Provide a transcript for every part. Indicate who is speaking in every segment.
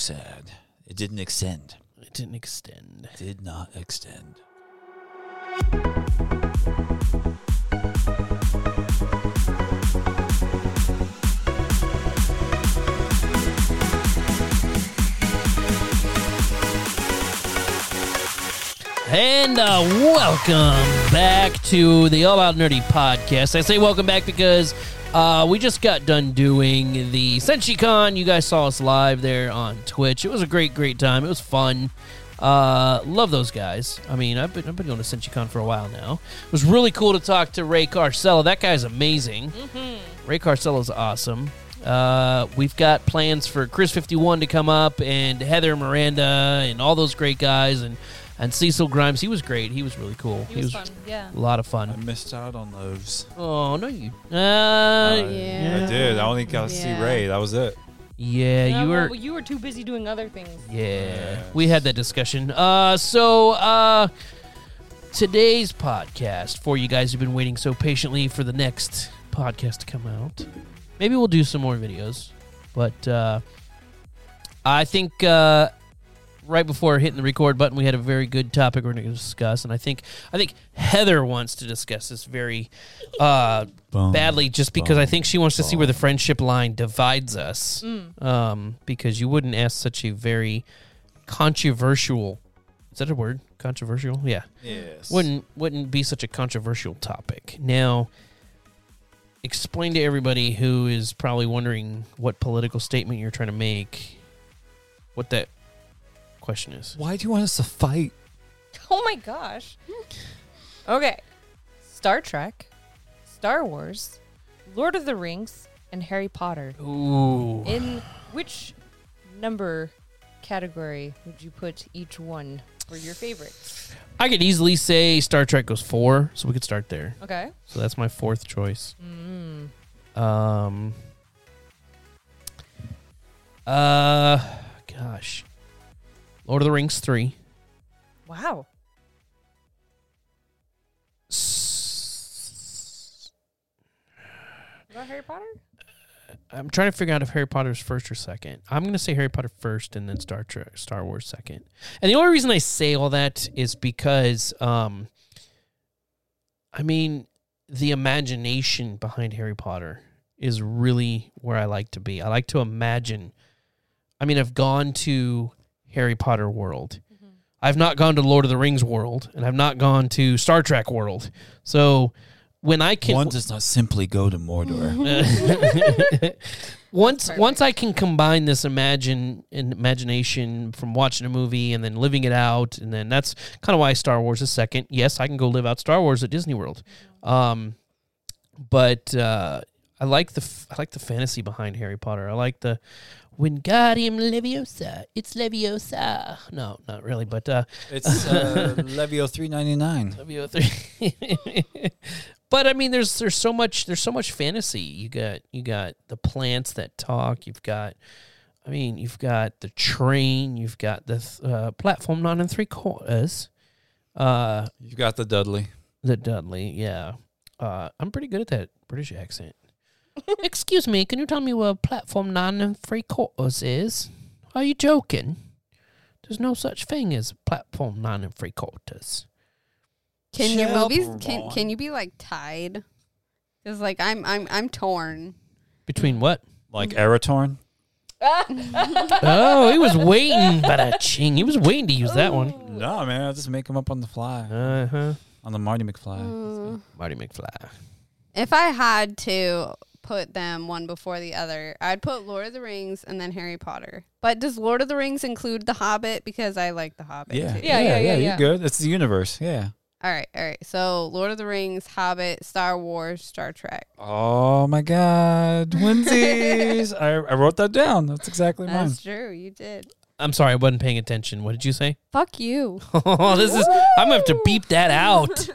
Speaker 1: sad. It didn't extend.
Speaker 2: It didn't extend.
Speaker 1: Did not extend.
Speaker 2: And uh, welcome back to the All Out Nerdy podcast. I say welcome back because uh, we just got done doing the SenshiCon. You guys saw us live there on Twitch. It was a great, great time. It was fun. Uh, love those guys. I mean, I've been, I've been going to SenshiCon for a while now. It was really cool to talk to Ray Carcella. That guy's amazing. Ray Carcella's awesome. Uh, we've got plans for Chris Fifty One to come up, and Heather Miranda, and all those great guys, and and Cecil Grimes. He was great. He was really cool.
Speaker 3: He was fun. Yeah.
Speaker 2: a lot of
Speaker 1: I
Speaker 2: fun.
Speaker 1: missed out on those.
Speaker 2: Oh no, you. Uh,
Speaker 1: I-
Speaker 3: yeah.
Speaker 1: I did. I only got to
Speaker 3: Yeah.
Speaker 1: see Ray. That was it.
Speaker 2: yeah,
Speaker 3: No,
Speaker 2: you were.
Speaker 3: well, you were too busy doing other things.
Speaker 2: Yeah, we had that discussion. Uh, so uh, today's podcast for you guys who've been waiting so patiently for the next podcast to come out. Maybe we'll do some more videos, but uh, I think uh, right before hitting the record button, we had a very good topic we're going to discuss, and I think I think Heather wants to discuss this very uh,
Speaker 1: Boom.
Speaker 2: badly just because I
Speaker 1: bum,
Speaker 2: think she wants to see where the
Speaker 1: bum.
Speaker 2: friendship line divides us. Um, because you wouldn't ask such a very controversial is that a word? Controversial? Yeah.
Speaker 1: Yes.
Speaker 2: Wouldn't wouldn't be such a controversial topic. Now explain to everybody who is probably wondering what political statement you're trying to make what that question is.
Speaker 1: Why do you want us to fight?
Speaker 3: Oh my gosh. okay. Star Trek, Star Wars, Lord of the Rings, and Harry Potter.
Speaker 2: Ooh.
Speaker 3: In which number category would you put each one for your favorites?
Speaker 2: I could easily say Star Trek goes 4, so we could start there.
Speaker 3: Okay.
Speaker 2: So that's my fourth choice.
Speaker 3: Mm.
Speaker 2: Um. Uh, gosh, Lord of the Rings three,
Speaker 3: Wow.
Speaker 2: S-
Speaker 3: About Harry Potter?
Speaker 2: I'm trying to figure out if Harry Potter's first or second. I'm gonna say Harry Potter first, and then Star Trek, Star Wars second. And the only reason I say all that is because, um, I mean, the imagination behind Harry Potter is really where I like to be. I like to imagine. I mean, I've gone to Harry Potter world. I've not gone to Lord of the Rings world, and I've not gone to Star Trek world. So when I can
Speaker 1: One does not simply go to Mordor.
Speaker 2: once once I can combine this imagine and imagination from watching a movie and then living it out, and then that's kind of why Star Wars is second. Yes, I can go live out Star Wars at Disney World, um, but uh, I like the f- I like the fantasy behind Harry Potter. I like the Wingardium Leviosa. It's Leviosa. No, not really, but uh,
Speaker 1: it's uh, Levio 399.
Speaker 2: W O three. But I mean, there's there's so much there's so much fantasy. You got you got the plants that talk. You've got, I mean, you've got the train. You've got the th- uh, platform nine and three quarters. Uh,
Speaker 1: You got the Dudley.
Speaker 2: the Dudley, yeah. Uh, I'm pretty good at that British accent. Excuse me, can you tell me what platform nine and three quarters is? Are you joking? There's no such thing as platform nine and three quarters.
Speaker 4: Can your
Speaker 1: Chevron.
Speaker 4: movies can can you be like tied? Because like I'm I'm I'm torn.
Speaker 2: Between what?
Speaker 1: Like Eratorn.
Speaker 2: Oh, he was waiting, but a ching. He was waiting to use that one.
Speaker 1: No, man. I just make them up on the fly.
Speaker 2: Uh huh.
Speaker 1: On the Marty McFly.
Speaker 2: Marty McFly.
Speaker 4: Mm. If I had to put them one before the other, I'd put Lord of the Rings and then Harry Potter. But does Lord of the Rings include The Hobbit? Because I like The Hobbit.
Speaker 1: Yeah.
Speaker 4: Too.
Speaker 3: Yeah, yeah, yeah,
Speaker 1: You're
Speaker 3: yeah.
Speaker 1: good. It's the universe. Yeah.
Speaker 4: All right, all right. So Lord of the Rings, Hobbit, Star Wars, Star Trek.
Speaker 1: Oh my God, Winsies! I, I wrote that down. That's exactly mine.
Speaker 4: That's true. You did.
Speaker 2: I'm sorry, I wasn't paying attention. What did you say?
Speaker 4: Fuck you.
Speaker 2: Oh, this is. I'm gonna have to beep that out.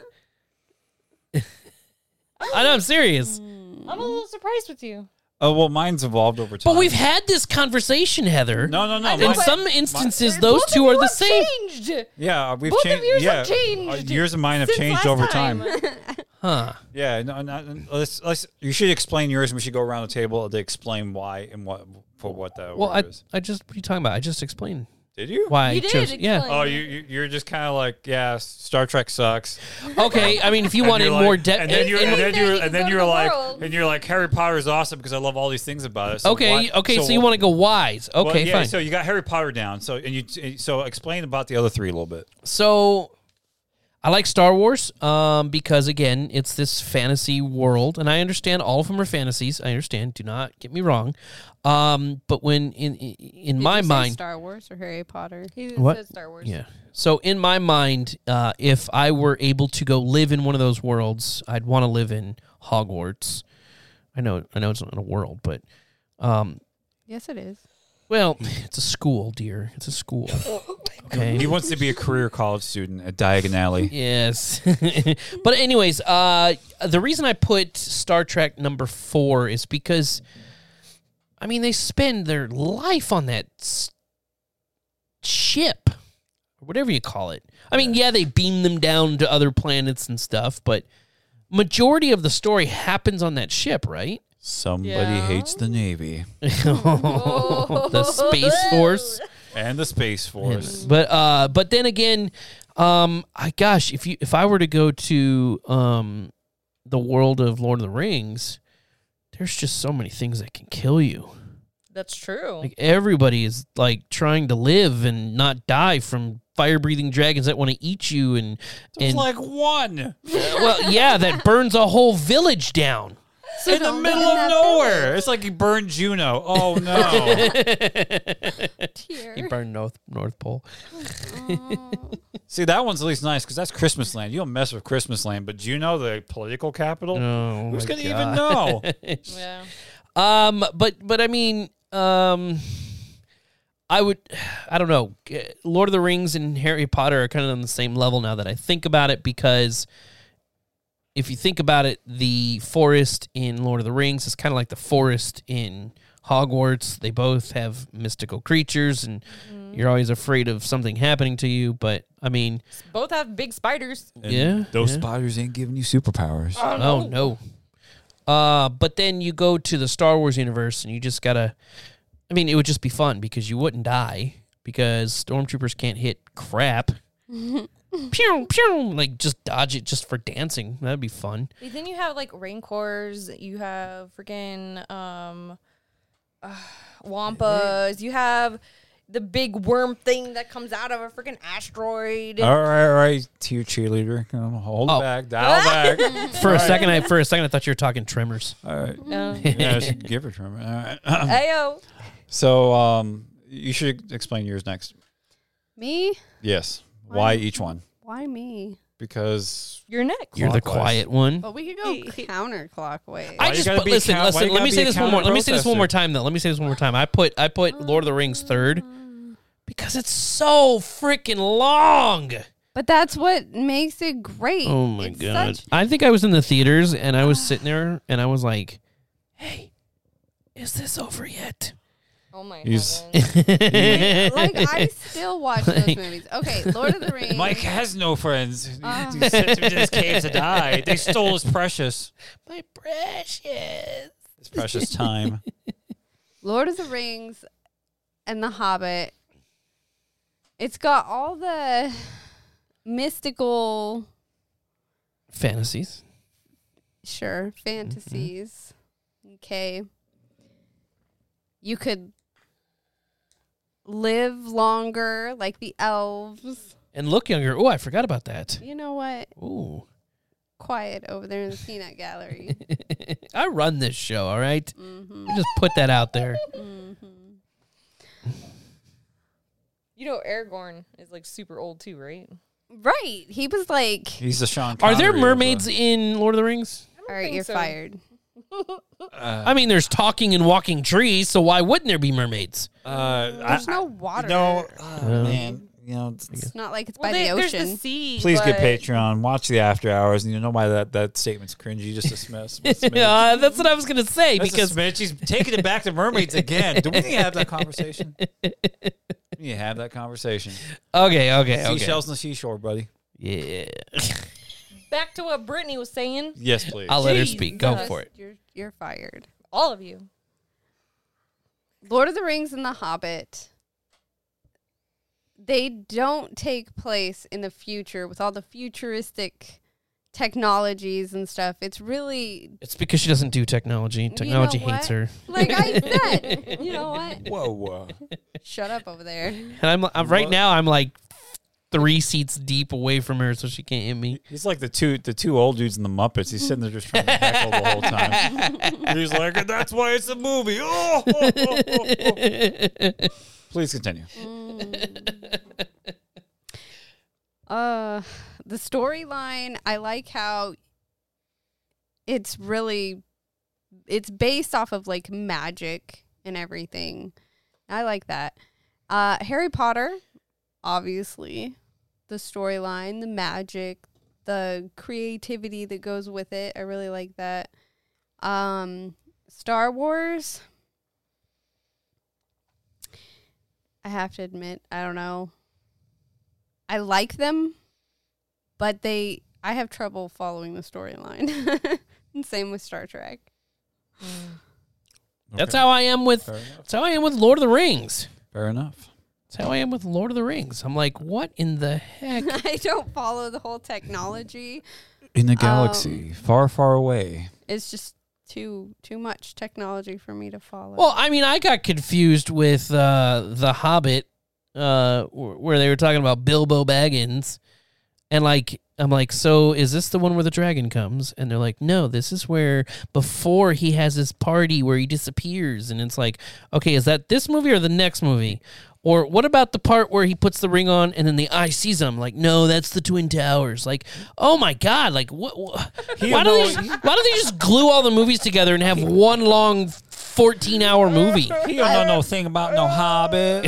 Speaker 2: I know. I'm serious.
Speaker 3: I'm a little surprised with you.
Speaker 1: Oh well, mine's evolved over time.
Speaker 2: But we've had this conversation, Heather.
Speaker 1: no, no, no.
Speaker 2: In
Speaker 1: mine-
Speaker 2: some instances, those two are the same.
Speaker 3: Changed.
Speaker 1: yeah, we've
Speaker 3: Both of
Speaker 1: changed.
Speaker 3: yours
Speaker 1: yeah,
Speaker 3: have changed
Speaker 1: uh, yours and mine have
Speaker 3: since
Speaker 1: changed
Speaker 3: last
Speaker 1: over
Speaker 3: time.
Speaker 1: time.
Speaker 2: Huh?
Speaker 1: yeah, no, no, no, let's, let's. You should explain yours, and we should go around the table to explain why and what for for what that
Speaker 2: Well, I,
Speaker 1: word is.
Speaker 2: I just what are you talking about? I just explained
Speaker 1: Did you?
Speaker 2: why
Speaker 3: You
Speaker 2: I
Speaker 3: did
Speaker 2: chose. Yeah.
Speaker 3: explain.
Speaker 1: Oh, you, you you're just kind of like, yeah, Star Trek sucks.
Speaker 2: Okay. I mean, if you
Speaker 1: And
Speaker 2: wanted
Speaker 1: you're like-
Speaker 2: more depth,
Speaker 1: and then you
Speaker 3: in-
Speaker 1: and then you
Speaker 3: You
Speaker 1: and
Speaker 3: go
Speaker 1: then
Speaker 3: to
Speaker 1: you're
Speaker 3: the
Speaker 1: like,
Speaker 3: world.
Speaker 1: and you're like, Harry Potter is awesome because I love all these things about it. So
Speaker 2: okay,
Speaker 1: why-
Speaker 2: okay. So, you want to go wise? Okay,
Speaker 1: well, yeah,
Speaker 2: fine.
Speaker 1: So you got Harry Potter down. So and you so explain about the other three a little bit.
Speaker 2: So I like Star Wars um, because again, it's this fantasy world, and I understand all of them are fantasies. I understand. Do not get me wrong. Um, but when in in, in
Speaker 4: Did
Speaker 2: my
Speaker 4: you say
Speaker 2: mind,
Speaker 4: Star Wars or Harry Potter.
Speaker 3: He
Speaker 2: What?
Speaker 3: said Star Wars.
Speaker 2: yeah. So in my mind, uh, if I were able to go live in one of those worlds, I'd want to live in Hogwarts. I know, I know it's not a world, but um,
Speaker 4: Yes, it is.
Speaker 2: well, it's a school, dear. It's a school. Okay.
Speaker 1: He wants to be a career college student at Diagon Alley.
Speaker 2: Yes. but anyways, uh the reason I put Star Trek number 4 is because I mean they spend their life on that s- ship or whatever you call it. I mean, yeah, they beam them down to other planets and stuff, but majority of the story happens on that ship, right?
Speaker 1: Somebody
Speaker 3: Yeah.
Speaker 1: hates the Navy
Speaker 2: the Space Force.
Speaker 1: and the Space Force.
Speaker 2: But uh, but then again, um, I gosh, if you if I were to go to um, the world of Lord of the Rings, there's just so many things that can kill you.
Speaker 3: That's true.
Speaker 2: Like everybody is like trying to live and not die from fire breathing dragons that want to eat you and
Speaker 1: It's
Speaker 2: and
Speaker 1: like one
Speaker 2: well yeah that burns a whole village down.
Speaker 1: in the middle of nowhere. It's like he burned Juno. Oh no!
Speaker 2: He burned North North Pole.
Speaker 1: See that one's at least nice because that's Christmas land. You don't mess with Christmas land, but Juno, the political capital.
Speaker 2: Oh,
Speaker 1: Who's
Speaker 2: my
Speaker 1: gonna
Speaker 2: God.
Speaker 1: even know?
Speaker 3: yeah.
Speaker 2: Um, but but I mean, um, I would, I don't know. Lord of the Rings and Harry Potter are kind of on the same level now that I think about it because if you think about it, the forest in Lord of the Rings is kind of like the forest in Hogwarts. They both have mystical creatures, and you're always afraid of something happening to you. But I mean,
Speaker 3: Both have big spiders.
Speaker 1: And
Speaker 2: Yeah,
Speaker 1: those
Speaker 2: yeah.
Speaker 1: spiders ain't giving you superpowers.
Speaker 2: Oh no. Uh, but then you go to the Star Wars universe and you just gotta. I mean, it would just be fun because you wouldn't die because stormtroopers can't hit crap. pew pew, like just dodge it just for dancing. That'd be fun.
Speaker 3: But Then you have like rancors. You have freaking um, uh, wampas. You have the big worm thing that comes out of a freaking asteroid.
Speaker 1: All right, all right, tier cheerleader, come on, hold it
Speaker 2: Oh.
Speaker 1: back, dial back.
Speaker 2: For a second, I for a second I thought you were talking Tremors.
Speaker 1: all right,
Speaker 3: Um,
Speaker 1: yeah, just give it to him. All right.
Speaker 3: Ayo.
Speaker 1: So, um, you should explain yours next.
Speaker 4: Me?
Speaker 1: Yes, why, each one?
Speaker 4: Why me?
Speaker 1: Because
Speaker 3: You're next.
Speaker 2: You're the
Speaker 1: Clockwise.
Speaker 2: quiet one.
Speaker 4: But we could go counterclockwise.
Speaker 1: Why
Speaker 2: I
Speaker 1: you
Speaker 2: just
Speaker 1: gotta
Speaker 2: put,
Speaker 1: be
Speaker 2: listen,
Speaker 1: count- why
Speaker 2: listen.
Speaker 1: you
Speaker 2: Let
Speaker 1: gotta be
Speaker 2: me say
Speaker 1: a
Speaker 2: this one more. Let me say this one
Speaker 1: counter-protester?
Speaker 2: more time, though. Let me say this one more time. I put I put Lord of the Rings third Mm. because it's so freaking long.
Speaker 4: But that's what makes it great.
Speaker 2: Oh my
Speaker 4: It's
Speaker 2: god!
Speaker 4: such- Ah.
Speaker 2: I think I was in the theaters and I was sitting there and I was like, "Hey, is this over yet?"
Speaker 3: Oh my
Speaker 1: He's-
Speaker 3: heavens.
Speaker 4: like I still watch those movies. Okay, Lord of the Rings.
Speaker 1: Mike has no friends.
Speaker 4: Ah.
Speaker 1: He sent him to his cave to die. They stole his precious,
Speaker 2: my precious.
Speaker 1: his precious time.
Speaker 4: Lord of the Rings and The Hobbit. It's got all the mystical,
Speaker 2: Fantasies.
Speaker 4: sure, fantasies. Okay. You could live longer like the elves.
Speaker 2: And look younger. Oh, I forgot about that.
Speaker 4: You know what?
Speaker 2: Ooh,
Speaker 4: Quiet over there in the peanut gallery.
Speaker 2: I run this show. All right,
Speaker 4: Mm-hmm.
Speaker 2: We just put that out there.
Speaker 3: you know Aragorn is like super old too, right?
Speaker 4: right. He was like,
Speaker 1: He's the Sean.
Speaker 2: Are
Speaker 1: Connery
Speaker 2: there
Speaker 1: of uh, the-
Speaker 2: mermaids in Lord of the Rings?
Speaker 4: all right,
Speaker 3: think
Speaker 4: you're
Speaker 3: so.
Speaker 4: fired.
Speaker 2: I mean, there's talking and walking trees, so why wouldn't there be mermaids?
Speaker 1: Uh,
Speaker 4: There's
Speaker 1: I-
Speaker 4: no water.
Speaker 1: No, oh, man. You know, it's-
Speaker 4: It's not like it's
Speaker 3: Well,
Speaker 4: by
Speaker 3: they-
Speaker 4: the
Speaker 3: There's
Speaker 4: ocean.
Speaker 3: the sea.
Speaker 1: please get
Speaker 3: but-
Speaker 1: Patreon. Watch the after hours, and you know why that, that statement's cringy. Just dismiss. That's
Speaker 2: Uh, that's what I was gonna say
Speaker 1: because
Speaker 2: because
Speaker 1: Mitch, he's taking it back to mermaids again. Do we need to have that conversation? We need to have that conversation.
Speaker 2: okay, okay, okay,
Speaker 1: Seashells on the seashore, buddy.
Speaker 2: yeah.
Speaker 3: Back to what Brittany was saying.
Speaker 1: Yes, please.
Speaker 2: I'll let her
Speaker 3: Jeez,
Speaker 2: speak. Go
Speaker 3: guys.
Speaker 2: for it.
Speaker 4: You're, you're fired.
Speaker 3: All of you.
Speaker 4: Lord of the Rings and The Hobbit, they don't take place in the future with all the futuristic technologies and stuff. It's really
Speaker 2: It's because she doesn't do technology. Technology hates
Speaker 4: what?
Speaker 2: her.
Speaker 4: like I said. you know what?
Speaker 1: Whoa, whoa.
Speaker 4: Shut up over there.
Speaker 2: And I'm, I'm right
Speaker 1: What?
Speaker 2: now. I'm like three seats deep away from her, so she can't hit me.
Speaker 1: He's like the two the two old dudes in the Muppets. He's sitting there just trying to heckle the whole time. He's like, and that's why it's a movie. Oh, oh, oh, oh, oh." Please continue.
Speaker 4: Mm. Uh, the storyline. I like how it's really it's based off of like magic and everything. I like that. Uh, Harry Potter, obviously, the storyline, the magic, the creativity that goes with it. I really like that. Um, Star Wars. I have to admit, I don't know. I like them, but they I have trouble following the storyline. and same with Star Trek.
Speaker 2: That's
Speaker 1: Okay.
Speaker 2: how I am with.
Speaker 1: Fair enough.
Speaker 2: That's how I am with Lord of the Rings.
Speaker 1: Fair enough.
Speaker 2: That's how I am with Lord of the Rings. I'm like, what in the heck?
Speaker 4: I don't follow the whole technology.
Speaker 1: In a
Speaker 4: galaxy
Speaker 1: far, far away.
Speaker 4: It's just too too much technology for me to follow.
Speaker 2: Well, I mean, I got confused with uh, the Hobbit, uh, wh- where they were talking about Bilbo Baggins, and like, I'm like, so is this the one where the dragon comes? And they're like, no, this is where before he has this party where he disappears, and it's like, okay, is that this movie or the next movie? Or what about the part where he puts the ring on and then the eye sees him? Like, no, that's the Twin Towers. Like, oh my God! Like, what? what why do they? Just, why do they just glue all the movies together and have one long fourteen-hour movie?
Speaker 1: He don't know no thing about no hobbit.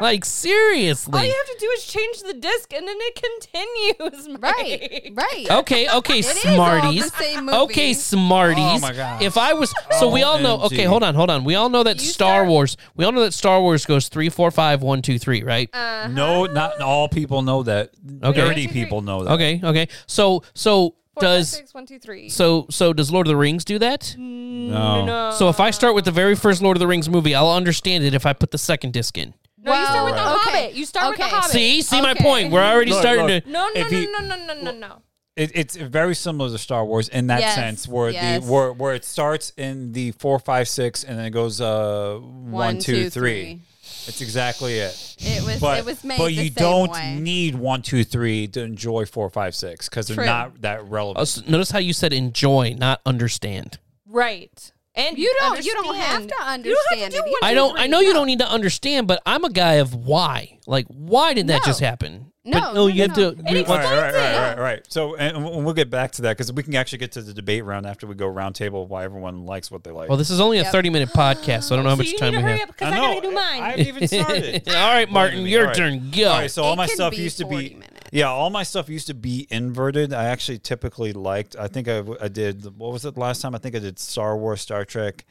Speaker 2: like
Speaker 3: All you
Speaker 2: seriously?
Speaker 3: have to do is change the disc, and then it continues. Mike.
Speaker 4: right, right.
Speaker 2: Okay, okay,
Speaker 4: It is all the
Speaker 2: smarties.
Speaker 4: same movie.
Speaker 2: Okay, smarties.
Speaker 1: Oh my gosh.
Speaker 2: If I was, so we all know.
Speaker 1: OMG.
Speaker 2: Okay, hold on, hold on. We all know that
Speaker 4: You
Speaker 2: Star
Speaker 4: start-
Speaker 2: Wars. We all know that Star Wars goes three, four, five, one, two, three. Right?
Speaker 4: Uh-huh.
Speaker 1: No, not all people know that.
Speaker 2: Okay.
Speaker 1: Dirty people know that.
Speaker 2: okay, okay. So, so
Speaker 3: Four, five,
Speaker 2: does
Speaker 3: six, one, two, three.
Speaker 2: so so does Lord of the Rings do that?
Speaker 1: No.
Speaker 3: no.
Speaker 2: So if I start with the very first Lord of the Rings movie, I'll understand it if I put the second disc in.
Speaker 3: no, you start with the
Speaker 4: Wow. Okay.
Speaker 3: Hobbit. You start with
Speaker 4: Okay.
Speaker 3: the Hobbit.
Speaker 2: See, see my
Speaker 4: Okay.
Speaker 2: point. We're already
Speaker 1: Look,
Speaker 2: starting
Speaker 1: look.
Speaker 2: to.
Speaker 3: No, no,
Speaker 1: If
Speaker 3: no,
Speaker 1: he-
Speaker 3: no, no, no, no, no.
Speaker 1: It, it's very similar to Star Wars in that
Speaker 4: Yes,
Speaker 1: sense, where
Speaker 4: yes.
Speaker 1: the where, where it starts in the four, five, six, and then it goes uh one, two, three. It's exactly it.
Speaker 4: It was
Speaker 1: But
Speaker 4: it was made.
Speaker 1: but
Speaker 4: the
Speaker 1: you
Speaker 4: same
Speaker 1: don't
Speaker 4: way.
Speaker 1: need one, two, three to enjoy four, five, six because they're
Speaker 4: True.
Speaker 1: not that
Speaker 2: Oh,
Speaker 1: relevant.
Speaker 2: s- Notice how you said enjoy, not understand.
Speaker 3: Right. And
Speaker 4: You don't- you don't have to
Speaker 3: You don't have
Speaker 4: understand
Speaker 3: to do
Speaker 4: it
Speaker 3: one,
Speaker 4: either.
Speaker 2: I
Speaker 3: two,
Speaker 2: don't.
Speaker 3: three.
Speaker 2: I know you don't need to understand, but I'm a guy of why. Like, why did that
Speaker 4: No.
Speaker 2: just happen?
Speaker 4: No,
Speaker 2: but, oh,
Speaker 4: no,
Speaker 2: you
Speaker 4: no,
Speaker 2: have
Speaker 4: no.
Speaker 2: to.
Speaker 3: It
Speaker 1: All
Speaker 2: you-
Speaker 1: right,
Speaker 3: explains
Speaker 1: all right, all right,
Speaker 3: it.
Speaker 1: all right, all right. So, and and we'll get back to that because we can actually get to the debate round after we go round table why everyone likes what they like.
Speaker 2: well, this is only a 30 minute podcast, so I don't know how
Speaker 3: So
Speaker 2: much
Speaker 3: you
Speaker 2: time
Speaker 3: need
Speaker 2: we
Speaker 3: to hurry
Speaker 2: have.
Speaker 3: up because I,
Speaker 1: know,
Speaker 3: gotta do mine.
Speaker 1: I haven't even started.
Speaker 2: all right, Martin,
Speaker 1: Believe me.
Speaker 2: your
Speaker 1: All right.
Speaker 2: turn. Go.
Speaker 1: All right, so all
Speaker 4: It
Speaker 1: my
Speaker 4: can
Speaker 1: stuff
Speaker 4: be
Speaker 1: used to
Speaker 4: 40
Speaker 1: be
Speaker 4: minutes.
Speaker 1: yeah, all my stuff used to be inverted. I actually typically liked. I think I, I did. What was it last time? I think I did Star Wars, Star Trek,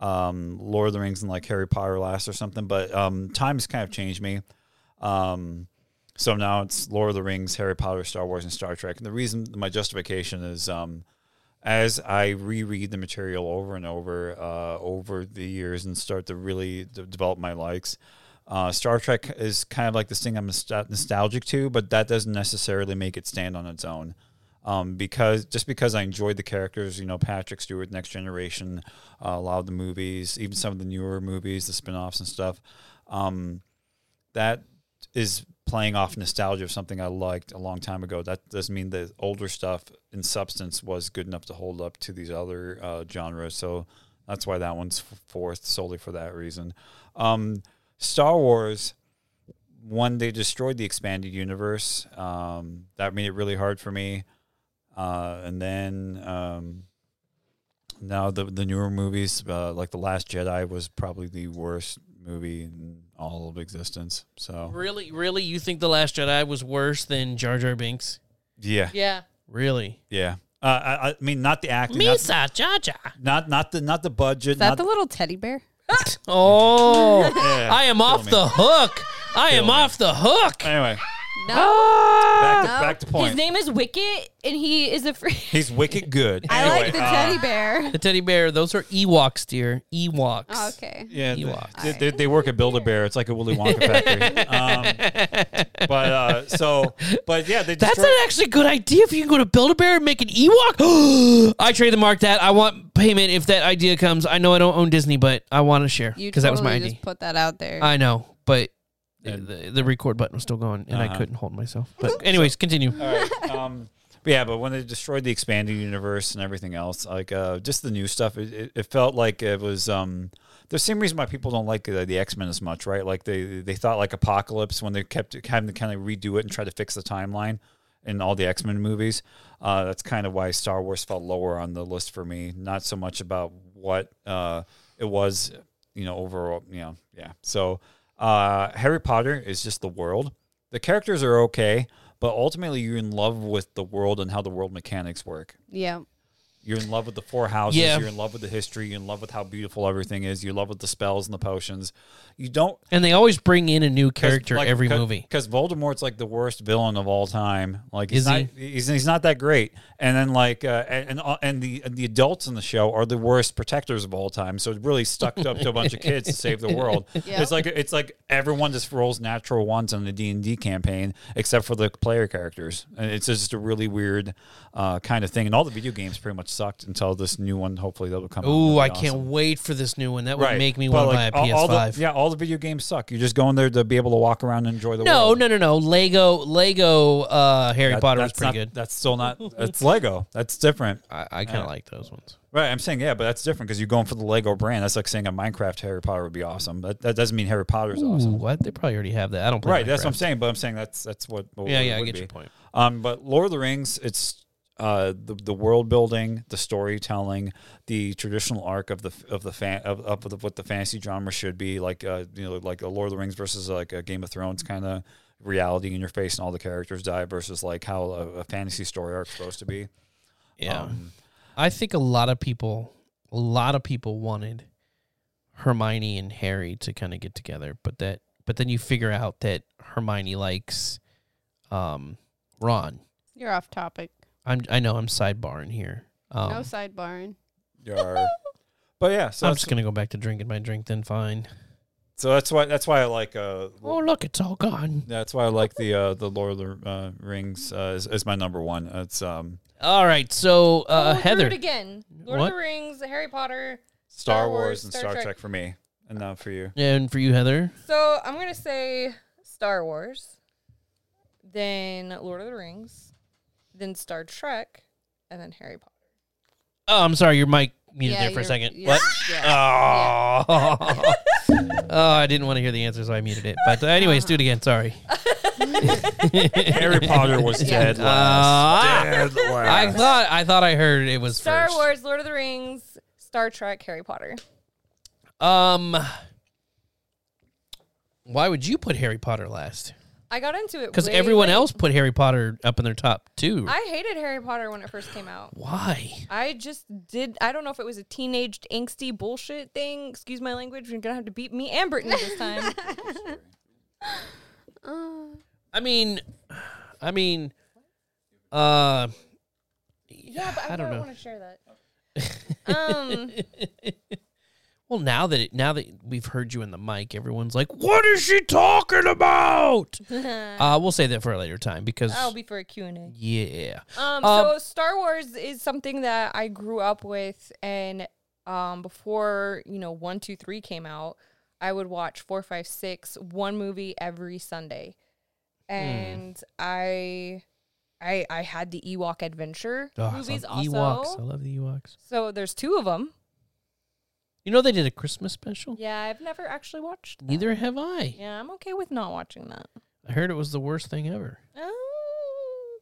Speaker 1: um, Lord of the Rings, and like Harry Potter last or something. But um, time's kind of changed me. Um, so now it's Lord of the Rings, Harry Potter, Star Wars, and Star Trek. And the reason my justification is um, as I reread the material over and over uh, over the years and start to really d- develop my likes. Uh, Star Trek is kind of like this thing I'm nostal- nostalgic to, but that doesn't necessarily make it stand on its own. Um, because just because I enjoyed the characters, you know, Patrick Stewart, Next Generation, uh, a lot of the movies, even some of the newer movies, the spin offs and stuff, um, that is playing off nostalgia of something I liked a long time ago. That doesn't mean the older stuff in substance was good enough to hold up to these other uh, genres. So that's why that one's f- fourth solely for that reason. Um, Star Wars, when they destroyed the expanded universe, um, that made it really hard for me. Uh, and then um, now the the newer movies, uh, like The Last Jedi, was probably the worst movie in all of existence. So
Speaker 2: Really, really, you think The Last Jedi was worse than Jar Jar Binks?
Speaker 1: yeah,
Speaker 3: yeah.
Speaker 2: Really?
Speaker 1: yeah. Uh, I, I mean, not the acting, not,
Speaker 2: Misa, Jar Jar.
Speaker 1: not not the not the budget.
Speaker 4: Is that
Speaker 1: not
Speaker 4: the little teddy bear?
Speaker 2: Oh,
Speaker 1: yeah,
Speaker 2: I am
Speaker 1: kill
Speaker 2: off
Speaker 1: me.
Speaker 2: the hook. I am off the hook.
Speaker 1: Anyway,
Speaker 3: No.
Speaker 1: Back to,
Speaker 4: No.
Speaker 1: back to
Speaker 3: His
Speaker 1: point.
Speaker 3: name is Wicket, and he is a free.
Speaker 1: He's wicked good.
Speaker 4: I like
Speaker 1: Anyway,
Speaker 4: the
Speaker 1: uh,
Speaker 4: teddy bear.
Speaker 2: The teddy bear, those are Ewoks, dear. Ewoks.
Speaker 4: Oh, okay.
Speaker 1: Yeah, they,
Speaker 2: Ewoks.
Speaker 1: they, they, they work at Build a Bear. It's like a Willy Wonka factory. um, but uh, so, but yeah, they
Speaker 2: That's
Speaker 1: destroy-
Speaker 2: an actually good idea if you can go to Build a Bear and make an Ewok. I trademark that. I want payment if that idea comes. I know I don't own Disney, but I want to share
Speaker 4: You
Speaker 2: because that was my
Speaker 4: totally
Speaker 2: idea.
Speaker 4: just put that Uh, out there.
Speaker 2: I know, but
Speaker 1: And-
Speaker 2: the, the record button was still going, and I
Speaker 1: Uh-huh.
Speaker 2: couldn't hold myself. But anyways, continue.
Speaker 1: All right. Um, but yeah, but when they destroyed the expanded universe and everything else, like uh, just the new stuff, it, it, it felt like it was. Um, the same reason why people don't like uh, the, the X Men as much, right? Like they they thought like Apocalypse when they kept having to kind of redo it and try to fix the timeline in all the X Men movies. Uh, that's kind of why Star Wars felt lower on the list for me. Not so much about what uh, it was, you know, overall, you know, yeah. So uh, Harry Potter is just the world. The characters are okay, but ultimately you're in love with the world and how the world mechanics work.
Speaker 4: yeah.
Speaker 1: You're in love with the four houses.
Speaker 2: Yeah.
Speaker 1: You're in love with the history. You're in love with how beautiful everything is. You're in love with the spells and the potions. You don't
Speaker 2: And they always bring in a new character every movie.
Speaker 1: because Voldemort's like the worst villain of all time. Like he's
Speaker 2: Is
Speaker 1: not, he's, he's not that great. And then like uh, and and- and the and the adults in the show are the worst protectors of all time. So it really stuck up to a bunch of kids to save the world.
Speaker 4: Yeah.
Speaker 1: It's like it's like everyone just rolls natural ones on the D and D campaign except for the player characters. And it's just a really weird uh, kind of thing. And all the video games pretty much sucked until this new one. Hopefully that'll come. out.
Speaker 2: Ooh,
Speaker 1: That'll
Speaker 2: I
Speaker 1: be
Speaker 2: can't
Speaker 1: awesome.
Speaker 2: wait for this new one. That would make me
Speaker 1: But,
Speaker 2: want
Speaker 1: like,
Speaker 2: to buy a PS5.
Speaker 1: all- all the- yeah, all the video games suck. You're just going there to be able to walk around and enjoy the
Speaker 2: No,
Speaker 1: world.
Speaker 2: no, no, no. Lego, Lego, uh, Harry
Speaker 1: That-
Speaker 2: Potter was
Speaker 1: that's
Speaker 2: pretty
Speaker 1: not-
Speaker 2: good.
Speaker 1: That's still not. It's Lego. That's different,
Speaker 2: I, I kind of like those ones.
Speaker 1: right? I'm saying yeah, but that's different because you're going for the Lego brand. That's like saying a Minecraft Harry Potter would be awesome. That, that doesn't mean Harry Potter's
Speaker 2: Ooh,
Speaker 1: awesome,
Speaker 2: what? They probably already have that. I don't play
Speaker 1: right? That's
Speaker 2: Minecraft.
Speaker 1: what I'm saying. But I'm saying that's that's what. what
Speaker 2: Yeah,
Speaker 1: it
Speaker 2: yeah, I
Speaker 1: would
Speaker 2: get
Speaker 1: be.
Speaker 2: your point.
Speaker 1: Um, but Lord of the Rings, it's uh, the the world building, the storytelling, the traditional arc of the of the fan of, of the, what the fantasy genre should be, like uh, you know, like a Lord of the Rings versus like a Game of Thrones kind of reality in your face, and all the characters die versus like how a, a fantasy story arc's supposed to be.
Speaker 2: Yeah.
Speaker 1: Um,
Speaker 2: I think a lot of people, a lot of people wanted Hermione and Harry to kind of get together, but that, but then you figure out that Hermione likes, um, Ron.
Speaker 4: You're off topic.
Speaker 2: I'm, I know I'm sidebarring here. Um,
Speaker 4: no sidebar.
Speaker 1: Yar. but yeah, so
Speaker 2: I'm
Speaker 1: that's,
Speaker 2: just gonna go back to drinking my drink. Then fine.
Speaker 1: so that's why that's why I like uh
Speaker 2: Oh look, it's all gone.
Speaker 1: that's why I like the uh the Lord of the uh, Rings uh, is, is my number one. It's um
Speaker 2: All right, so
Speaker 3: Oh,
Speaker 2: uh,
Speaker 3: we're
Speaker 2: Heather,
Speaker 3: rude again. Lord
Speaker 2: What?
Speaker 3: of the Rings, Harry Potter.
Speaker 1: Star,
Speaker 3: Star
Speaker 1: Wars,
Speaker 3: Wars,
Speaker 1: and
Speaker 3: Star
Speaker 1: Star Trek.
Speaker 3: Trek.
Speaker 1: for me, and not for you.
Speaker 2: and for you, Heather.
Speaker 3: So I'm gonna say Star Wars, then Lord of the Rings, then Star Trek, and then Harry Potter.
Speaker 2: Oh, I'm sorry, your mic muted there
Speaker 4: Yeah,
Speaker 2: for a
Speaker 4: you're-
Speaker 2: second.
Speaker 4: yeah,
Speaker 2: What?
Speaker 4: yeah.
Speaker 2: Oh. oh, I didn't want to hear the answer, so I muted it. But uh, anyways, do it again. Sorry.
Speaker 1: Harry Potter was dead
Speaker 2: Uh,
Speaker 1: last. dead
Speaker 2: I
Speaker 1: last.
Speaker 2: thought I thought I heard it was
Speaker 3: Star
Speaker 2: first.
Speaker 3: Wars, Lord of the Rings, Star Trek, Harry Potter.
Speaker 2: Um, why would you put Harry Potter last?
Speaker 3: I got into it
Speaker 2: Because
Speaker 3: way
Speaker 2: everyone
Speaker 3: late.
Speaker 2: else put Harry Potter up in their top two.
Speaker 3: I hated Harry Potter when it first came out.
Speaker 2: why?
Speaker 3: I just did. I don't know if it was a teenaged angsty bullshit thing. Excuse my language. You're gonna have to beat me and Brittany this time.
Speaker 2: I mean, I mean, uh,
Speaker 3: yeah, but
Speaker 2: I don't know.
Speaker 3: want to share that. um,
Speaker 2: Well, now that it, now that we've heard you in the mic, everyone's like, "What is she talking about?" uh, we'll say that for a later time because
Speaker 3: I'll be for a Q and A.
Speaker 2: yeah,
Speaker 3: Um,
Speaker 2: Um,
Speaker 3: so Star Wars is something that I grew up with, and um, before you know one, two, three came out, I would watch four, five, six, one movie every Sunday,
Speaker 2: Hmm.
Speaker 3: and I, I, I had the Ewok Adventure
Speaker 2: Ugh,
Speaker 3: movies
Speaker 2: I love
Speaker 3: also.
Speaker 2: Ah, Ewoks. I love the Ewoks.
Speaker 3: So there's two of them.
Speaker 2: You know they did a Christmas special.
Speaker 3: Yeah, I've never actually watched. That.
Speaker 2: Neither have I.
Speaker 3: Yeah, I'm okay with not watching that.
Speaker 2: I heard it was the worst thing ever.
Speaker 3: Oh.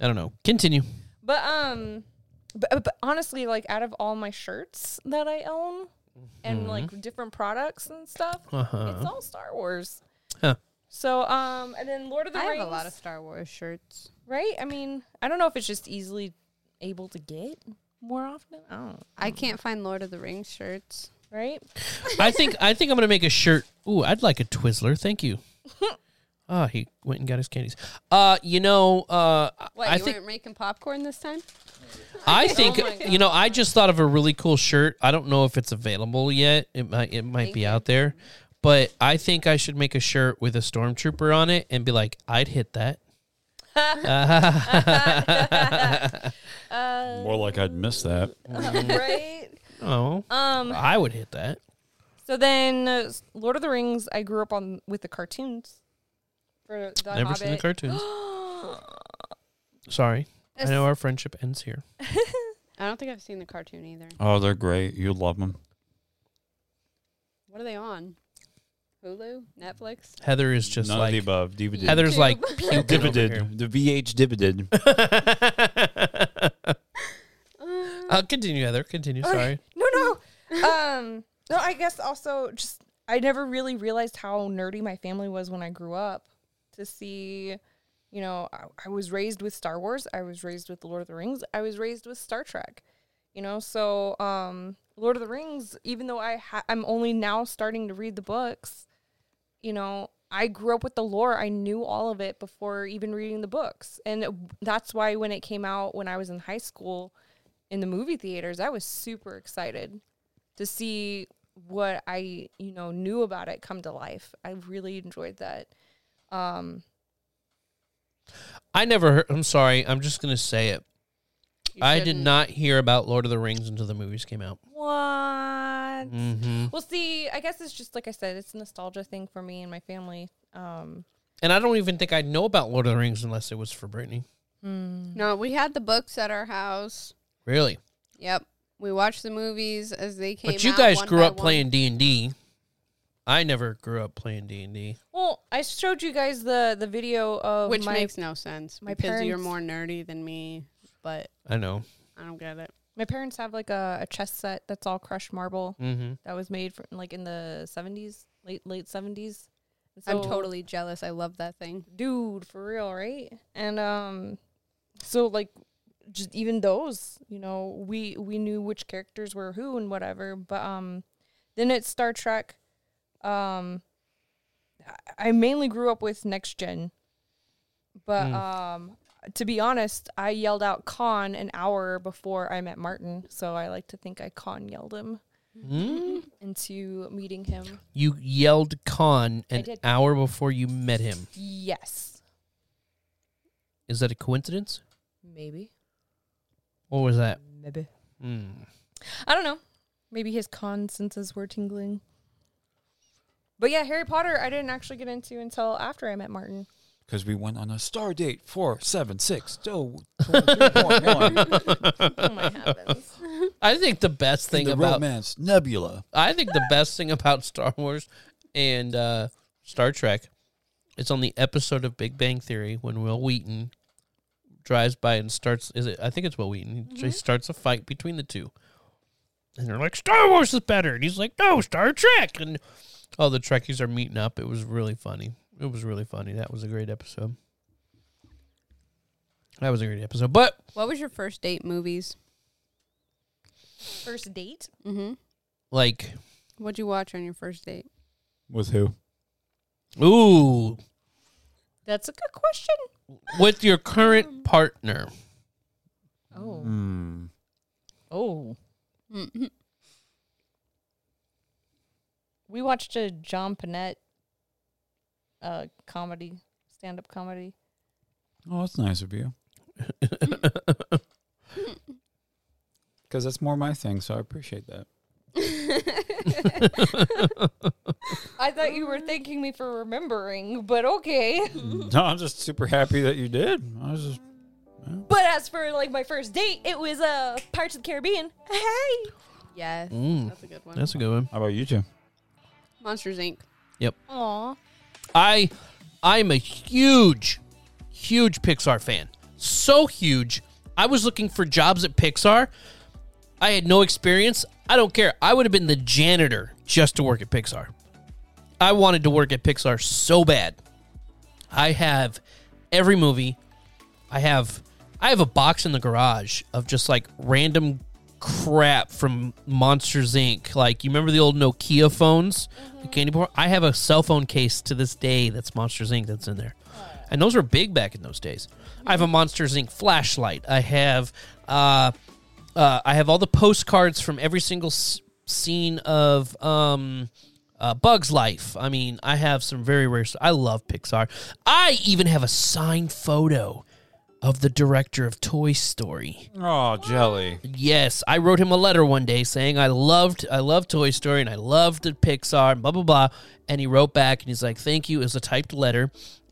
Speaker 2: I don't know. Continue.
Speaker 3: But um, but, but honestly, like out of all my shirts that I own, and like different products and stuff, it's
Speaker 2: Uh-huh.
Speaker 3: all Star Wars.
Speaker 2: Huh.
Speaker 3: So um, and then Lord of the
Speaker 4: I
Speaker 3: Rings,
Speaker 4: have a lot of Star Wars shirts.
Speaker 3: right? I mean, I don't know if it's just easily able to get more often. I don't know,
Speaker 4: I can't find Lord of the Rings shirts.
Speaker 3: right?
Speaker 2: I think I think I'm gonna make a shirt. Ooh, I'd like a Twizzler. Thank you. Oh, he went and got his candies. Uh, you know, uh,
Speaker 4: What,
Speaker 2: I
Speaker 4: you
Speaker 2: think
Speaker 4: weren't making popcorn this time?
Speaker 2: I think
Speaker 4: my
Speaker 2: you know. I just thought of a really cool shirt. I don't know if it's available yet. It might. It might be out there, but I think I should make a shirt with a stormtrooper on it and be like, "I'd hit that."
Speaker 1: More like I'd miss that.
Speaker 3: Uh, right?
Speaker 2: Oh,
Speaker 3: Um.
Speaker 2: I would hit that.
Speaker 3: So then, uh, Lord of the Rings. I grew up on with the cartoons. For the
Speaker 2: Never seen the
Speaker 3: Hobbit.
Speaker 2: cartoons. Sorry, I know our friendship ends here.
Speaker 4: I don't think I've seen the cartoon either.
Speaker 1: Oh, they're great. You'd love them.
Speaker 4: What are they on? Hulu? Netflix?
Speaker 2: Heather is just
Speaker 1: None
Speaker 2: like
Speaker 1: of the above. Divided.
Speaker 2: Heather's like puking over here.
Speaker 1: Divided. The VH divided.
Speaker 2: Uh, continue, Heather. Continue. Sorry.
Speaker 3: No, no. um, no, I guess also just I never really realized how nerdy my family was when I grew up to see, you know, I, I was raised with Star Wars, I was raised with The Lord of the Rings, I was raised with Star Trek, you know, so um, Lord of the Rings, even though I ha- I'm only now starting to read the books, you know, I grew up with the lore. I knew all of it before even reading the books. And that's why when it came out when I was in high school in the movie theaters, I was super excited to see what I, you know, knew about it come to life. I really enjoyed that. Um
Speaker 2: I never heard. I'm sorry. I'm just gonna say it.
Speaker 4: You
Speaker 2: I did
Speaker 4: shouldn't.
Speaker 2: not hear about Lord of the Rings until the movies came out.
Speaker 3: what?
Speaker 2: Mm-hmm.
Speaker 3: Well, see, I guess it's just like I said, it's a nostalgia thing for me and my family. Um
Speaker 2: And I don't even think I'd know about Lord of the Rings unless it was for Brittany.
Speaker 4: No, we had the books at our house.
Speaker 2: Really?
Speaker 4: Yep. We watched the movies as they came
Speaker 2: But you
Speaker 4: out,
Speaker 2: guys
Speaker 4: one
Speaker 2: grew
Speaker 4: by
Speaker 2: up
Speaker 4: one.
Speaker 2: playing D and D. I never grew up playing D and D.
Speaker 3: well, I showed you guys the the video of
Speaker 4: Which
Speaker 3: my
Speaker 4: makes no sense
Speaker 3: my
Speaker 4: because you're
Speaker 3: parents-
Speaker 4: more nerdy than me, but
Speaker 2: I know.
Speaker 4: I don't get it.
Speaker 3: my parents have like a, a chess set that's all crushed marble
Speaker 2: Mm-hmm.
Speaker 3: that was made from like in the 70s, late late 70s.
Speaker 4: I'm
Speaker 3: So-
Speaker 4: totally jealous. I love that thing.
Speaker 3: dude for real right and um so like just even those you know we we knew which characters were who and whatever but um then it's star trek um I- i mainly grew up with next gen but
Speaker 2: Mm.
Speaker 3: um to be honest i yelled out khan an hour before i met martin so i like to think i con yelled him
Speaker 4: Mm-hmm.
Speaker 3: into meeting him
Speaker 2: You yelled "con" an
Speaker 3: did.
Speaker 2: hour before you met him.
Speaker 3: yes
Speaker 2: Is that a coincidence?
Speaker 3: maybe
Speaker 2: What was that?
Speaker 3: maybe
Speaker 2: Mm.
Speaker 3: I don't know. Maybe his con senses were tingling. But yeah, Harry Potter, I didn't actually get into until after I met Martin.
Speaker 1: Because we went on a star date four seven six two twenty-three point one.
Speaker 3: Oh my heavens.
Speaker 2: I think the best thing
Speaker 1: the
Speaker 2: about
Speaker 1: romance Nebula.
Speaker 2: I think the best thing about Star Wars and uh, Star Trek it's on the episode of Big Bang Theory when Will Wheaton drives by and starts is it I think it's Will Wheaton. He starts a fight between the two. And they're like, Star Wars is better. And he's like, No, Star Trek and all the Trekkies are meeting up. It was really funny. It was really funny. That was a great episode. That was a great episode. But
Speaker 4: What was your first date movies?
Speaker 3: First date?
Speaker 4: Mm-hmm.
Speaker 2: like
Speaker 4: What'd you watch on your first date?
Speaker 1: With who?
Speaker 2: ooh,
Speaker 3: That's a good question.
Speaker 2: with your current partner.
Speaker 3: Oh.
Speaker 1: Hmm.
Speaker 3: Oh.
Speaker 4: Mm-hmm.
Speaker 3: We watched a John Panette uh comedy, stand up comedy.
Speaker 1: Oh, that's nice of you. Because that's more my thing, so I appreciate that.
Speaker 3: I thought you were thanking me for remembering, but okay.
Speaker 1: No, I'm just super happy that you did. I was just
Speaker 3: But as for like my first date, it was uh Pirates of the Caribbean. Hey.
Speaker 4: yes,
Speaker 2: Mm.
Speaker 4: that's a good one.
Speaker 2: That's a good one.
Speaker 1: How about you two?
Speaker 4: Monsters Inc.
Speaker 3: Aw.
Speaker 2: I I'm a huge huge Pixar fan. So huge. I was looking for jobs at Pixar. I had no experience. I don't care. I would have been the janitor just to work at Pixar. I wanted to work at Pixar so bad. I have every movie. I have I have a box in the garage of just like random crap from Monsters Inc. Like you remember the old Nokia phones, the candy bar. I have a cell phone case to this day that's Monsters Inc. that's in there, and those were big back in those days. I have a Monsters Inc. flashlight. I have, uh, uh, I have all the postcards from every single s- scene of. Um, uh, Bugs Life. I mean, I have some very rare. I love Pixar. I even have a signed photo of the director of Toy Story.
Speaker 1: Oh, jelly.
Speaker 2: Yes, I wrote him a letter one day saying I loved I loved Toy Story and I loved the Pixar and blah blah blah. And he wrote back and he's like, "Thank you." It was a typed letter.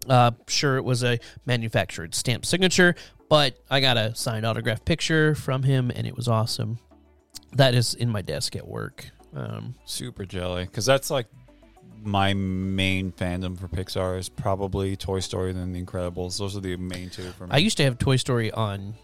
Speaker 2: Uh, sure, it was a manufactured stamp signature, but I got a signed autograph picture from him, and it was awesome. That is in my desk at work. Um,
Speaker 1: Super jelly. Because that's like my main fandom for Pixar is probably Toy Story and then The Incredibles. Those are the main two for me.
Speaker 2: I used to have Toy Story on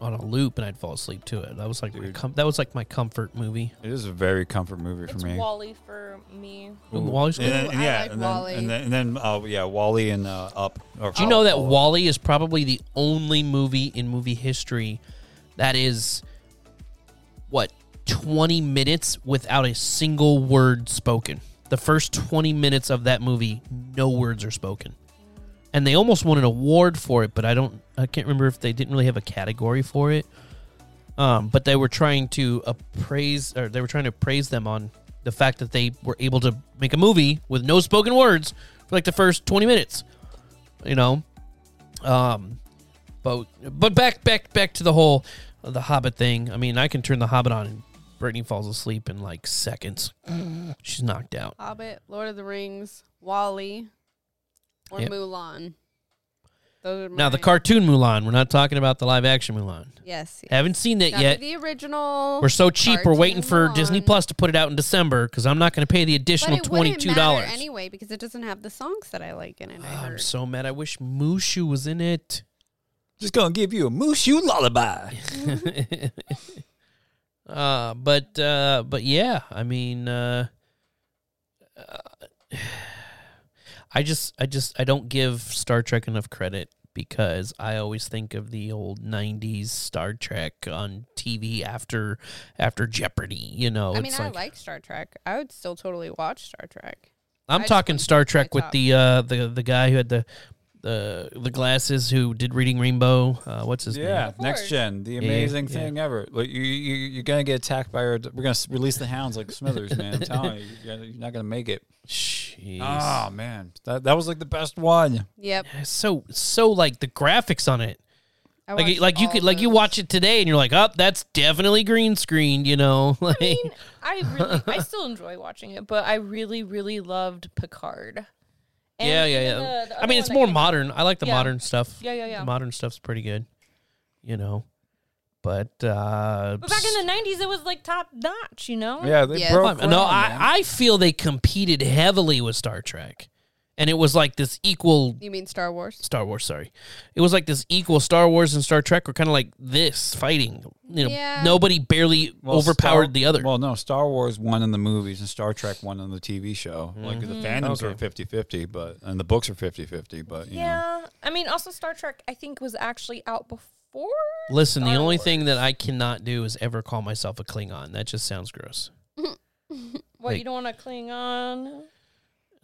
Speaker 2: on a loop, and I'd fall asleep to it. That was like my
Speaker 1: Dude.
Speaker 2: com- that was like my comfort movie.
Speaker 1: it is a very comfort movie for
Speaker 3: It's
Speaker 1: me.
Speaker 3: Wally for me.
Speaker 2: Ooh, Wall-E's
Speaker 1: and
Speaker 2: good.
Speaker 1: then,
Speaker 4: Ooh,
Speaker 1: and
Speaker 4: I
Speaker 1: yeah,
Speaker 4: like
Speaker 1: and, then,
Speaker 4: Wall-E.
Speaker 1: and then, and then, uh, yeah, Wally and uh, Up. Or
Speaker 2: Do you know that
Speaker 1: Up.
Speaker 2: Wally is probably the only movie in movie history that is what 20 minutes without a single word spoken? The first 20 minutes of that movie, no words are spoken. And they almost won an award for it, but I don't I can't remember if they didn't really have a category for it. Um, but they were trying to appraise or they were trying to praise them on the fact that they were able to make a movie with no spoken words for like the first 20 minutes you know um but but back back back to the whole uh, the hobbit thing i mean i can turn the hobbit on and brittany falls asleep in like seconds she's knocked out
Speaker 4: Hobbit, Lord of the Rings, Wally, or
Speaker 2: Yep.
Speaker 4: Mulan. Those are
Speaker 2: now the
Speaker 4: mine.
Speaker 2: cartoon mulan we're not talking about the live action mulan
Speaker 4: Yes. yes.
Speaker 2: haven't seen that
Speaker 4: Now,
Speaker 2: yet
Speaker 4: The original.
Speaker 2: we're so cheap we're waiting for
Speaker 4: Cartoon
Speaker 2: disney
Speaker 4: Mulan.
Speaker 2: plus to put it out in december because i'm not going to pay the
Speaker 4: but
Speaker 2: additional
Speaker 4: it wouldn't
Speaker 2: $22
Speaker 4: matter anyway because it doesn't have the songs that I like in it. I
Speaker 2: Oh, i'm
Speaker 4: heard.
Speaker 2: so mad i wish mushu was in it
Speaker 1: Just gonna give you a mooshu lullaby.
Speaker 2: uh, but uh, but yeah, I mean, uh, uh, I just I just I don't give Star Trek enough credit because I always think of the old '90s Star Trek on TV after after Jeopardy. You know,
Speaker 4: I mean,
Speaker 2: It's
Speaker 4: I like Star Trek. I would still totally watch Star Trek.
Speaker 2: I'm
Speaker 4: I just
Speaker 2: talking
Speaker 4: wouldn't
Speaker 2: Star
Speaker 4: put it on my
Speaker 2: Trek with
Speaker 4: top.
Speaker 2: the uh, the the guy who had the the the glasses who did Reading Rainbow. Uh, what's his name?
Speaker 1: Yeah,
Speaker 3: Of
Speaker 1: next
Speaker 3: course.
Speaker 1: gen, the
Speaker 2: Yeah,
Speaker 1: amazing
Speaker 2: yeah.
Speaker 1: thing ever. Like you, you, you're gonna get attacked by our. We're gonna s- release the hounds like Smithers, man. I'm telling you, you're, gonna- you're not gonna make it.
Speaker 2: Jeez.
Speaker 1: Oh man, that that was like the best one.
Speaker 4: Yep.
Speaker 2: It's so so like the graphics on it
Speaker 4: I
Speaker 2: like
Speaker 4: watched
Speaker 2: like you
Speaker 4: all
Speaker 2: could like you
Speaker 4: those.
Speaker 2: watch it today and you're like oh that's definitely green screened you know like
Speaker 3: I mean, I really, I still enjoy watching it, but I really, really loved Picard. And
Speaker 2: yeah yeah
Speaker 3: even
Speaker 2: yeah
Speaker 3: the- the
Speaker 2: i
Speaker 3: other
Speaker 2: mean it's
Speaker 3: one that
Speaker 2: more
Speaker 3: came-
Speaker 2: modern i like the
Speaker 3: Yeah.
Speaker 2: modern stuff
Speaker 3: Yeah, yeah, yeah.
Speaker 2: the modern stuff's pretty good you know but uh
Speaker 3: But back in the '90s, it was like top notch, you
Speaker 2: Oh,
Speaker 3: know.
Speaker 1: Yeah, they
Speaker 4: Yeah.
Speaker 1: broke.
Speaker 2: no
Speaker 1: ground,
Speaker 2: i
Speaker 1: man.
Speaker 2: i feel they competed heavily with star trek and it was like this equal
Speaker 4: You mean Star Wars?
Speaker 2: Star Wars, sorry. It was like this equal Star Wars and Star Trek were kind of like this fighting. You know,
Speaker 4: Yeah.
Speaker 2: nobody barely
Speaker 1: Well,
Speaker 2: overpowered
Speaker 1: Star-
Speaker 2: the other.
Speaker 1: Well, no, Star Wars won in the movies and Star Trek won on the TV show. Like the
Speaker 2: Mm-hmm.
Speaker 1: fandoms are 50-50, but and the books are 50-50, but you know.
Speaker 3: Yeah. I mean, also Star Trek, I think was actually out before.
Speaker 2: Listen, the
Speaker 3: Star
Speaker 2: only thing that I cannot do is ever call myself a Klingon. That just sounds gross.
Speaker 3: What
Speaker 2: Like-
Speaker 3: you don't want to cling on?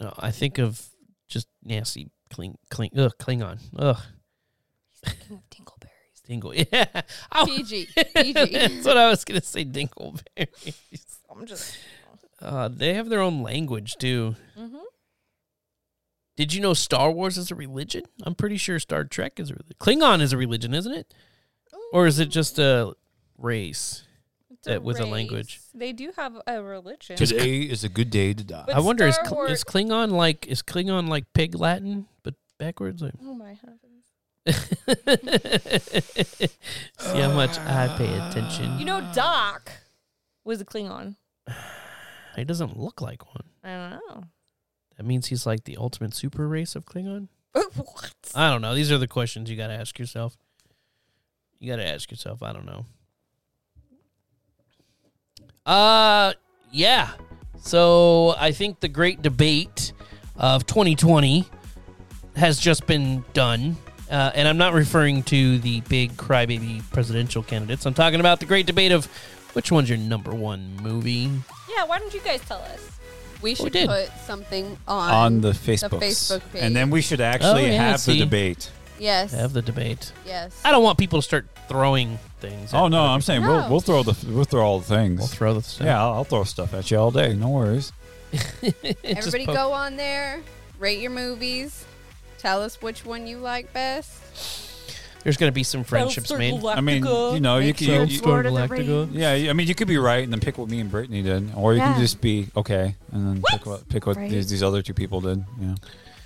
Speaker 2: No, Uh, I think of just nasty Kling, Kling, ugh, Klingon. Ugh,
Speaker 3: He's thinking of Dingleberries.
Speaker 2: Dingle. Yeah. I-
Speaker 4: PG. PG.
Speaker 2: That's what I was going to say, Dingleberries.
Speaker 3: I'm just.
Speaker 2: Uh, they have their own language, too.
Speaker 3: Mm-hmm.
Speaker 2: Did you know Star Wars is a religion? I'm pretty sure Star Trek is a religion. Klingon is a religion, isn't it? Or is it just a race? that with a language.
Speaker 3: They do have a religion.
Speaker 1: Today is a good day to die.
Speaker 3: But
Speaker 2: I wonder is,
Speaker 3: Star
Speaker 2: Kl-
Speaker 3: Wars-
Speaker 2: is Klingon like is Klingon like Pig Latin but backwards? Like-
Speaker 3: Oh my heavens!
Speaker 2: See how much I pay attention.
Speaker 3: You know, Doc was a Klingon.
Speaker 2: He doesn't look like one.
Speaker 3: I don't
Speaker 2: That means he's like the ultimate super race of Klingon.
Speaker 3: know. what?
Speaker 2: I don't know. These are the questions you got to ask yourself. You got to ask yourself. I don't know. Uh, yeah. So I think the great debate of 2020 has just been done. Uh, and I'm not referring to the big crybaby presidential candidates. I'm talking about the great debate of Which one's your number one movie?
Speaker 3: Yeah, why don't you guys tell us?
Speaker 4: We should
Speaker 2: did.
Speaker 4: put something on
Speaker 1: on the Facebook,
Speaker 4: Facebook page.
Speaker 1: and then we should actually
Speaker 2: Oh, yeah,
Speaker 1: have the
Speaker 2: see.
Speaker 1: debate.
Speaker 4: yes,
Speaker 2: Have the debate.
Speaker 4: yes.
Speaker 2: I don't want people to start throwing things. at
Speaker 1: Oh no,
Speaker 2: other
Speaker 1: I'm
Speaker 2: people.
Speaker 1: saying
Speaker 4: No.
Speaker 1: we'll we'll throw the we'll throw all the things.
Speaker 2: We'll throw the stuff.
Speaker 1: yeah, I'll, I'll throw stuff at you all day. No worries.
Speaker 2: Just
Speaker 4: Everybody
Speaker 2: poke-
Speaker 4: go on there, rate your movies, tell us which one you like best.
Speaker 2: There's going to be some friendships made.
Speaker 1: I mean, you know, Oh, you can. You,
Speaker 4: sense.
Speaker 1: you,
Speaker 4: Lord of the Galactica.
Speaker 1: yeah, I mean, you could be right and then pick what me and Brittany did, or you
Speaker 4: Yeah.
Speaker 1: can just be okay and then pick what pick what
Speaker 4: Right.
Speaker 1: these, these other two people did. Yeah,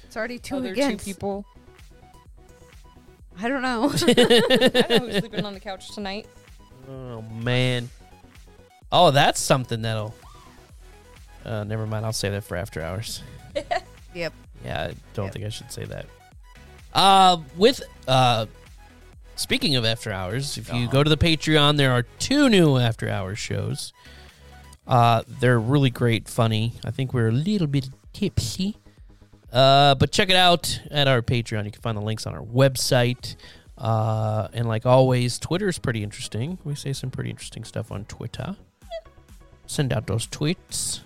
Speaker 4: It's already two
Speaker 3: Other two
Speaker 4: against.
Speaker 3: people.
Speaker 4: I don't know.
Speaker 3: I know who's sleeping on the couch tonight.
Speaker 2: Oh man. Oh, that's something that'll. Uh, never mind. I'll say that for after hours.
Speaker 4: yep.
Speaker 2: Yeah, I don't
Speaker 4: Yep.
Speaker 2: think I should say that. Uh, with uh, speaking of after hours, if you go to the Patreon, there are two new after hours shows. Uh, they're really great, funny. I think we're a little bit tipsy. Uh, but check it out at our Patreon. You can find the links on our website. Uh, and like always, Twitter's pretty interesting. We say some pretty interesting stuff on Twitter. Send out those tweets.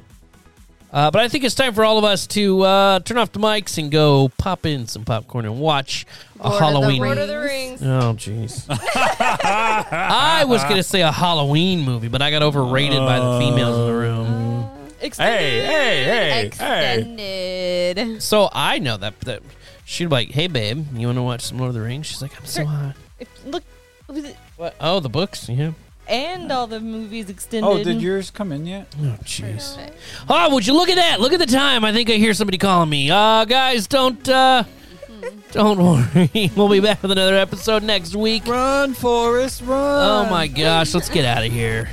Speaker 2: Uh, but I think it's time for all of us to uh, turn off the mics and go pop in some popcorn and watch a
Speaker 4: Lord of the
Speaker 2: Halloween.
Speaker 4: Rings.
Speaker 3: Lord of the Rings.
Speaker 2: Oh, jeez. I was going to say a Halloween movie, but I got overrated by the females in the room.
Speaker 1: Hey, hey, hey, hey.
Speaker 4: Extended.
Speaker 2: So I know that, that she'd be like, hey, babe, you want to watch some Lord of the Rings? She's like, I'm so hot.
Speaker 3: If- Look, with it-
Speaker 2: What? Oh, the books? Yeah.
Speaker 3: and all the movies extended.
Speaker 1: Oh, did yours come in yet?
Speaker 2: Oh, jeez. Oh, would you look at that? Look at the time. I think I hear somebody calling me. Uh, guys, don't, uh, don't worry. We'll be back with another episode next week.
Speaker 1: Run, Forrest, run!
Speaker 2: Oh, my gosh. Let's get out of here.